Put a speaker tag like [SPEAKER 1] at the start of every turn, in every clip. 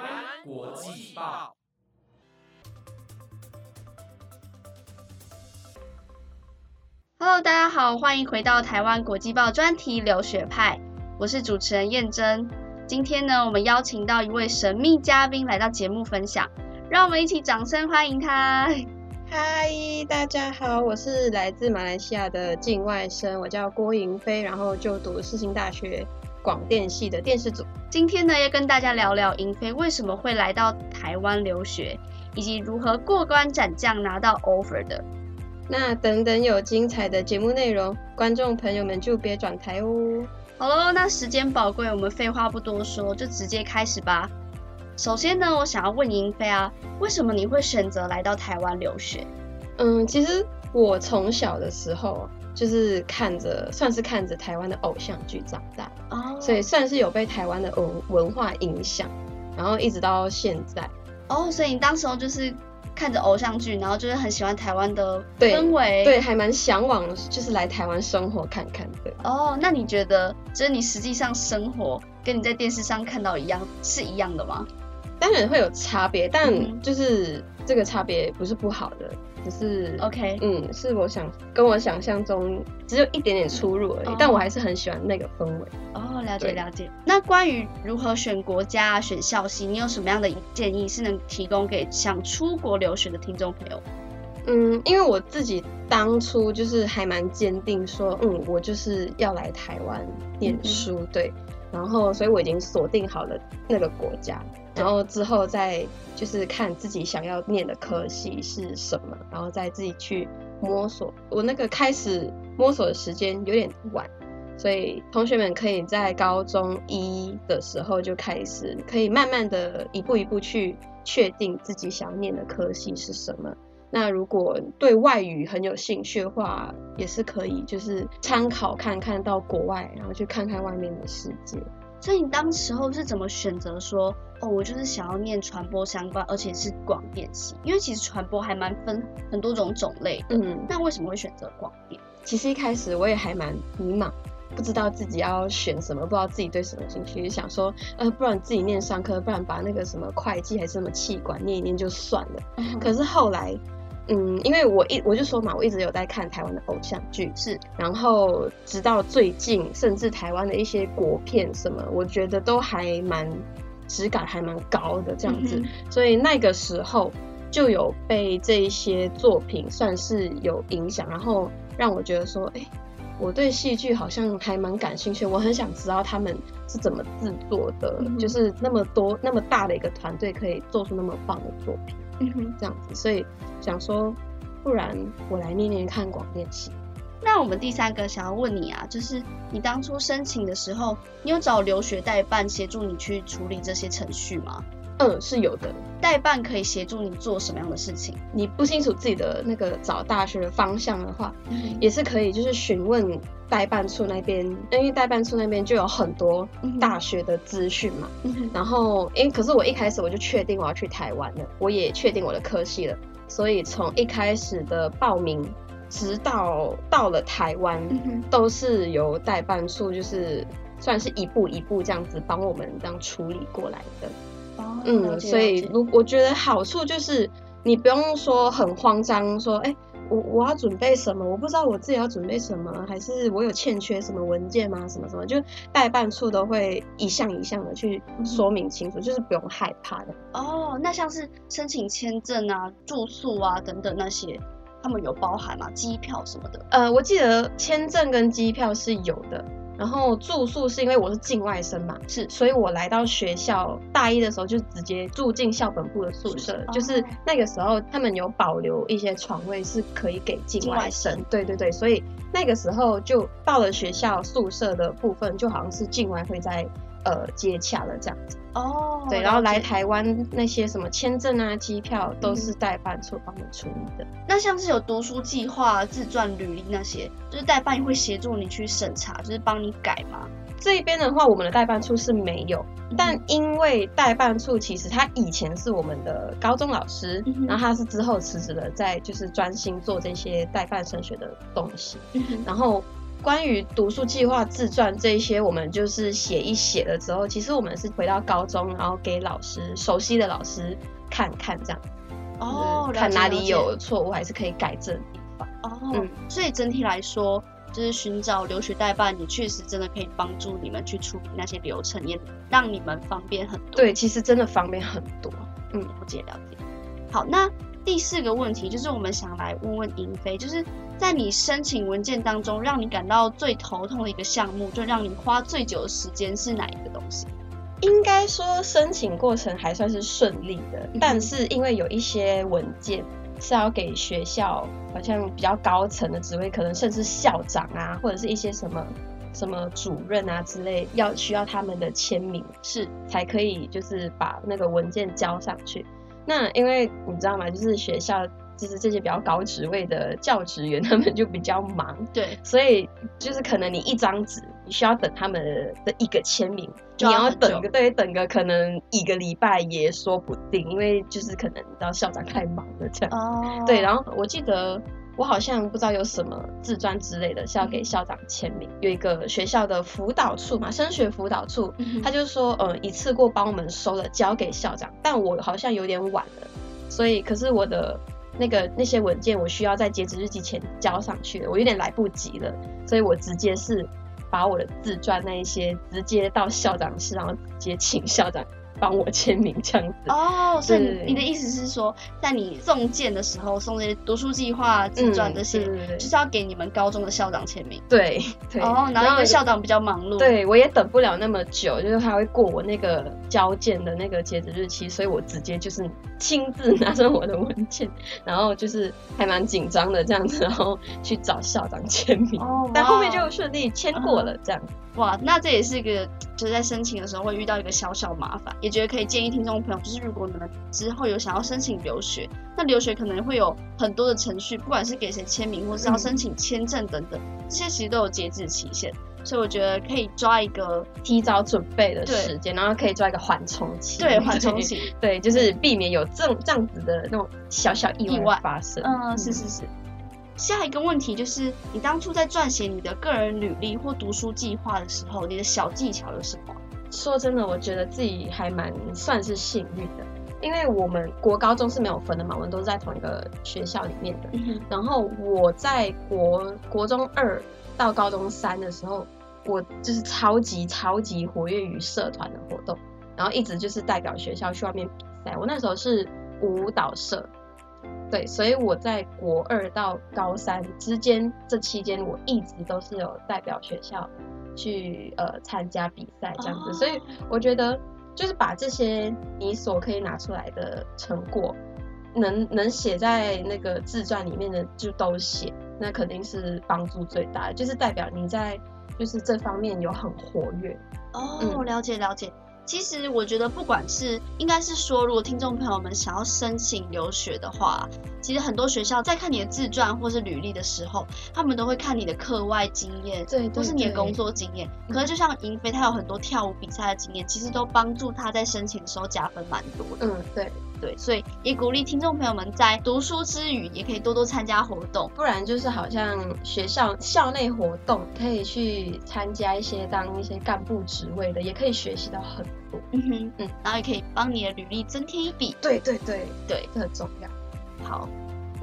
[SPEAKER 1] 安国际报》。
[SPEAKER 2] Hello，大家好，欢迎回到台湾国际报专题留学派，我是主持人燕珍。今天呢，我们邀请到一位神秘嘉宾来到节目分享，让我们一起掌声欢迎他。
[SPEAKER 3] 嗨，大家好，我是来自马来西亚的境外生，我叫郭莹飞，然后就读世新大学广电系的电视组。
[SPEAKER 2] 今天呢，要跟大家聊聊银飞为什么会来到台湾留学，以及如何过关斩将拿到 offer 的。
[SPEAKER 3] 那等等有精彩的节目内容，观众朋友们就别转台哦。
[SPEAKER 2] 好喽，那时间宝贵，我们废话不多说，就直接开始吧。首先呢，我想要问银飞啊，为什么你会选择来到台湾留学？
[SPEAKER 3] 嗯，其实我从小的时候就是看着，算是看着台湾的偶像剧长大，
[SPEAKER 2] 哦、
[SPEAKER 3] 所以算是有被台湾的文文化影响，然后一直到现在。
[SPEAKER 2] 哦，所以你当时候就是看着偶像剧，然后就是很喜欢台湾的
[SPEAKER 3] 对
[SPEAKER 2] 氛围。
[SPEAKER 3] 对，还蛮向往，就是来台湾生活看看的。
[SPEAKER 2] 哦，那你觉得就是你实际上生活跟你在电视上看到一样是一样的吗？
[SPEAKER 3] 当然会有差别，但
[SPEAKER 2] 嗯
[SPEAKER 3] 就是这个差别不是不好的，只是
[SPEAKER 2] OK
[SPEAKER 3] 嗯，是我想跟我想象中只有一点点出入而已，
[SPEAKER 2] 哦
[SPEAKER 3] 但我还是很喜欢那个氛围。
[SPEAKER 2] 哦，了解
[SPEAKER 3] 对
[SPEAKER 2] 了解。那关于如何选国家、啊、选校系，你有什么样的建议是能提供给想出国留学的听众朋友？
[SPEAKER 3] 嗯，因为我自己当初就是还蛮坚定说，嗯，我就是要来台湾念书，对，然后所以我已经锁定好了那个国家，
[SPEAKER 2] 对
[SPEAKER 3] 然后之后再就是看自己想要念的科系是什么，然后再自己去摸索。我那个开始摸索的时间有点晚。所以同学们可以在高中一的时候就开始，可以慢慢的一步一步去确定自己想要念的科系是什么。那如果对外语很有兴趣的话，也是可以，就是参考看看到国外，然后去看看外面的世界。
[SPEAKER 2] 所以你当时候是怎么选择说，哦，我就是想要念传播相关，而且是广电系，因为其实传播还蛮分很多种种类的。
[SPEAKER 3] 嗯，
[SPEAKER 2] 那为什么会选择广电？
[SPEAKER 3] 其实一开始我也还蛮迷茫，不知道自己要选什么，不知道自己对什么有兴趣，想说，呃，不然自己念商科，不然把那个什么会计还是什么气管念一念就算了。可是后来，嗯，因为我一我就说嘛，我一直有在看台湾的偶像剧，
[SPEAKER 2] 是
[SPEAKER 3] 然后直到最近，甚至台湾的一些国片什么，我觉得都还蛮质感还蛮高的这样子，
[SPEAKER 2] 嗯
[SPEAKER 3] 所以那个时候就有被这一些作品算是有影响，然后让我觉得说，哎、我对戏剧好像还蛮感兴趣，我很想知道他们是怎么制作的，
[SPEAKER 2] 嗯哼
[SPEAKER 3] 就是那么多那么大的一个团队可以做出那么棒的作品
[SPEAKER 2] 嗯哼，
[SPEAKER 3] 这样子，所以想说，不然我来念念看广电系。
[SPEAKER 2] 那我们第三个想要问你啊，就是你当初申请的时候，你有找留学代办协助你去处理这些程序吗？
[SPEAKER 3] 嗯，是有的。
[SPEAKER 2] 代办可以协助你做什么样的事情？
[SPEAKER 3] 你不清楚自己的那个找大学的方向的话，
[SPEAKER 2] 嗯
[SPEAKER 3] 也是可以就是询问代办处那边，因为代办处那边就有很多大学的资讯嘛。
[SPEAKER 2] 嗯
[SPEAKER 3] 然后，因可是我一开始我就确定我要去台湾了，我也确定我的科系了，所以从一开始的报名，直到到了台湾，
[SPEAKER 2] 嗯哼，
[SPEAKER 3] 都是由代办处就是算是一步一步这样子帮我们这样处理过来的。
[SPEAKER 2] 哦，了
[SPEAKER 3] 嗯，
[SPEAKER 2] 解
[SPEAKER 3] 所以
[SPEAKER 2] 了解
[SPEAKER 3] 如我觉得好处就是你不用说很慌张，说哎、诶我我要准备什么？我不知道我自己要准备什么，还是我有欠缺什么文件吗？什么什么，就代办处都会一项一项的去
[SPEAKER 2] 嗯
[SPEAKER 3] 说明清楚，就是不用害怕的。
[SPEAKER 2] 哦，那像是申请签证啊、住宿啊等等那些，他们有包含吗？机票什么的？
[SPEAKER 3] 呃，我记得签证跟机票是有的，然后住宿是因为我是境外生嘛，
[SPEAKER 2] 是
[SPEAKER 3] 所以我来到学校大一的时候就直接住进校本部的宿
[SPEAKER 2] 宿
[SPEAKER 3] 舍
[SPEAKER 2] 舍，
[SPEAKER 3] 就是
[SPEAKER 2] 哦
[SPEAKER 3] 那个时候他们有保留一些床位是可以给境
[SPEAKER 2] 境
[SPEAKER 3] 外
[SPEAKER 2] 外
[SPEAKER 3] 生
[SPEAKER 2] 生，
[SPEAKER 3] 对对对，所以那个时候就到了学校宿舍的部分，就好像是境外会在呃接洽了这样子，
[SPEAKER 2] 哦，
[SPEAKER 3] 对，然后
[SPEAKER 2] 了
[SPEAKER 3] 来
[SPEAKER 2] 解
[SPEAKER 3] 台湾那些什么签证啊、机票都
[SPEAKER 2] 嗯
[SPEAKER 3] 是代办处帮我们处理的。
[SPEAKER 2] 那像是有读书计划、自传履历那些，就是代办会协助你去审查，就是帮你改吗？嗯
[SPEAKER 3] 这边的话，我们的代办处是没有，但因为代办处其实他以前是我们的高中老师，
[SPEAKER 2] 嗯哼
[SPEAKER 3] 然后他是之后辞职了，在就是专心做这些代办升学的东西。
[SPEAKER 2] 嗯哼
[SPEAKER 3] 然后关于读书计划、自传这一些，我们就是写一写了之后，其实我们是回到高中，然后给老师熟悉的老师看看，这样
[SPEAKER 2] 哦
[SPEAKER 3] 就，是
[SPEAKER 2] 了
[SPEAKER 3] 嗯看
[SPEAKER 2] 解
[SPEAKER 3] 哪
[SPEAKER 2] 了
[SPEAKER 3] 里
[SPEAKER 2] 解
[SPEAKER 3] 有错误，还是可以改正的地方。
[SPEAKER 2] 哦，
[SPEAKER 3] 嗯
[SPEAKER 2] 所以整体来说，就是寻找留学代办，也确实真的可以帮助你们去处理那些流程，也让你们方便很多。
[SPEAKER 3] 对，其实真的方便很多。
[SPEAKER 2] 嗯，了解了解。好，那第四个问题就是我们想来问问银飞，就是在你申请文件当中，让你感到最头痛的一个项目，就让你花最久的时间是哪一个东西？
[SPEAKER 3] 应该说申请过程还算是顺利的，但是因为有一些文件是要给学校，好像比较高层的职位，可能甚至校长啊，或者是一些什么什么主任啊之类，要需要他们的签名
[SPEAKER 2] 是
[SPEAKER 3] 才可以，就是把那个文件交上去。那因为你知道吗？就是学校就是这些比较高职位的教职员，他们就比较忙，
[SPEAKER 2] 对，
[SPEAKER 3] 所以就是可能你一张纸，你需要等他们的一个签名，
[SPEAKER 2] 就
[SPEAKER 3] 你
[SPEAKER 2] 要
[SPEAKER 3] 要
[SPEAKER 2] 很久
[SPEAKER 3] 等个对等个可能一个礼拜也说不定，因为就是可能你知道校长太忙了这样。
[SPEAKER 2] 哦
[SPEAKER 3] 对，然后我记得我好像不知道有什么自传之类的是要给校长签名，有一个学校的辅导处嘛，升学辅导处，
[SPEAKER 2] 嗯
[SPEAKER 3] 他就说呃一次过帮我们收了，交给校长，但我好像有点晚了，所以可是我的。那个那些文件我需要在截止日期前交上去了，我有点来不及了，所以我直接是把我的自传那一些直接到校长室，然后直接请校长帮我签名这样子。
[SPEAKER 2] 哦，所以
[SPEAKER 3] 对对
[SPEAKER 2] 你
[SPEAKER 3] 对
[SPEAKER 2] 你的意思是说，在你送件的时候，送这些读书计划、自传这些，
[SPEAKER 3] 嗯对对对
[SPEAKER 2] 就是要给你们高中的校长签名。
[SPEAKER 3] 对对，
[SPEAKER 2] 哦，然后因为校长比较忙碌，，
[SPEAKER 3] 对我也等不了那么久，就是他会过我那个交件的那个截止日期，所以我直接就是亲自拿着我的文件，然后就是还蛮紧张的这样子，然后去找校长签名。
[SPEAKER 2] 哦，嗯
[SPEAKER 3] 但后面
[SPEAKER 2] 哇
[SPEAKER 3] 就顺利签过了，这样
[SPEAKER 2] 哇，那这也是一个就是在申请的时候会遇到一个小小麻烦，也觉得可以建议听众朋友，就是如果你们之后有想要申请留学，那留学可能会有很多的程序，不管是给谁签名，或是要
[SPEAKER 3] 嗯
[SPEAKER 2] 申请签证等等，这些其实都有截止期限，所以我觉得可以抓一个
[SPEAKER 3] 提早准备的
[SPEAKER 2] 对
[SPEAKER 3] 时间，然后可以抓一个缓冲期，
[SPEAKER 2] 对缓冲，期，
[SPEAKER 3] 对，就是避免有这这样子的那种小小意
[SPEAKER 2] 意外
[SPEAKER 3] 外发生。
[SPEAKER 2] 嗯，是是是。下一个问题就是，你当初在撰写你的个人履历或读书计划的时候，你的小技巧有什么？
[SPEAKER 3] 说真的，我觉得自己还蛮算是幸运的，因为我们国高中是没有分的嘛，我们都是在同一个学校里面的。
[SPEAKER 2] 嗯
[SPEAKER 3] 然后我在国国中二到高中三的时候，我就是超级超级活跃于社团的活动，然后一直就是代表学校去外面比赛。我那时候是舞蹈社，对，所以我在国二到高三之间这期间，我一直都是有代表学校去呃参加比赛这
[SPEAKER 2] 哦
[SPEAKER 3] 样子，所以我觉得就是把这些你所可以拿出来的成果，能能写在那个自传里面的就都写，那肯定是帮助最大的，就是代表你在就是这方面有很活跃。
[SPEAKER 2] 哦，
[SPEAKER 3] 嗯
[SPEAKER 2] 了解了解。其实我觉得，不管是应该是说，如果听众朋友们想要申请留学的话，其实很多学校在看你的自传或是履历的时候，他们都会看你的课外经验，
[SPEAKER 3] 对
[SPEAKER 2] 或
[SPEAKER 3] 对
[SPEAKER 2] 是你的
[SPEAKER 3] 对
[SPEAKER 2] 工作经验。可是就像银飞，他有很多跳舞比赛的经验，其实都帮助他在申请的时候加分蛮多的。
[SPEAKER 3] 嗯，对，
[SPEAKER 2] 对，所以也鼓励听众朋友们在读书之余，也可以多多参加活动。
[SPEAKER 3] 不然就是好像学校校内活动可以去参加一些当一些干部职位的，也可以学习到很多。
[SPEAKER 2] 嗯哼，
[SPEAKER 3] 嗯
[SPEAKER 2] 然后也可以帮你的履历增添一笔。
[SPEAKER 3] 对对对
[SPEAKER 2] 对，
[SPEAKER 3] 这很重要。
[SPEAKER 2] 好，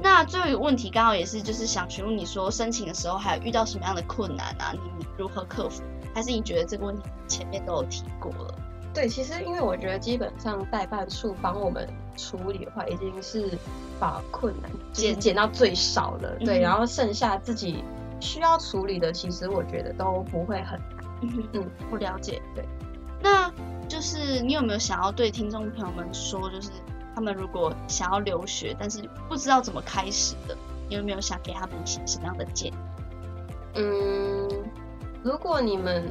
[SPEAKER 2] 那最后一个问题刚好也是就是想询问你说申请的时候还有遇到什么样的困难啊？你如何克服？还是你觉得这个问题前面都有提过了？
[SPEAKER 3] 对，其实因为我觉得基本上代办处帮我们处理的话，已经是把困难就是
[SPEAKER 2] 减
[SPEAKER 3] 减到最少了。对，
[SPEAKER 2] 嗯
[SPEAKER 3] 然后剩下自己需要处理的，其实我觉得都不会很难。
[SPEAKER 2] 嗯
[SPEAKER 3] 嗯，
[SPEAKER 2] 我了解。
[SPEAKER 3] 对，
[SPEAKER 2] 那就是你有没有想要对听众朋友们说，就是他们如果想要留学，但是不知道怎么开始的，你有没有想给他们一些什么样的建议？
[SPEAKER 3] 嗯，如果你们，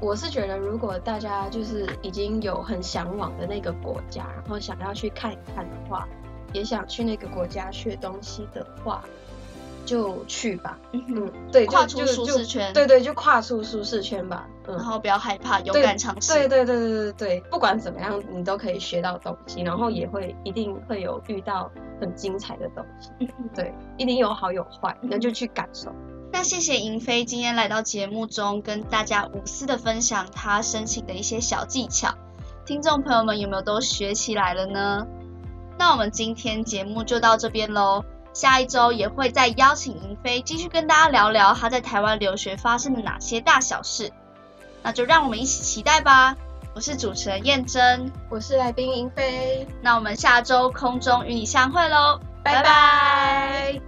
[SPEAKER 3] 我是觉得如果大家就是已经有很向往的那个国家，然后想要去看一看的话，也想去那个国家学东西的话，就去吧。
[SPEAKER 2] 嗯
[SPEAKER 3] 嗯
[SPEAKER 2] 哼，，
[SPEAKER 3] 对，就
[SPEAKER 2] 跨出
[SPEAKER 3] 就
[SPEAKER 2] 舒
[SPEAKER 3] 就
[SPEAKER 2] 适圈
[SPEAKER 3] 对对，就跨出舒适圈吧。嗯
[SPEAKER 2] 然。后不要害怕，勇
[SPEAKER 3] 对
[SPEAKER 2] 敢尝试。
[SPEAKER 3] 对对对对对对，不管怎么样，你都可以学到东西，然后也会一定会有遇到很精彩的东西，
[SPEAKER 2] 嗯哼
[SPEAKER 3] 对，一定有好有坏，那就去感受。
[SPEAKER 2] 那谢谢银飞今天来到节目中跟大家无私的分享她申请的一些小技巧，听众朋友们有没有都学起来了呢？那我们今天节目就到这边喽，下一周也会再邀请银飞继续跟大家聊聊她在台湾留学发生的哪些大小事，那就让我们一起期待吧。我是主持人燕珍，
[SPEAKER 3] 我是来宾银飞，
[SPEAKER 2] 那我们下周空中与你相会喽，
[SPEAKER 3] 拜拜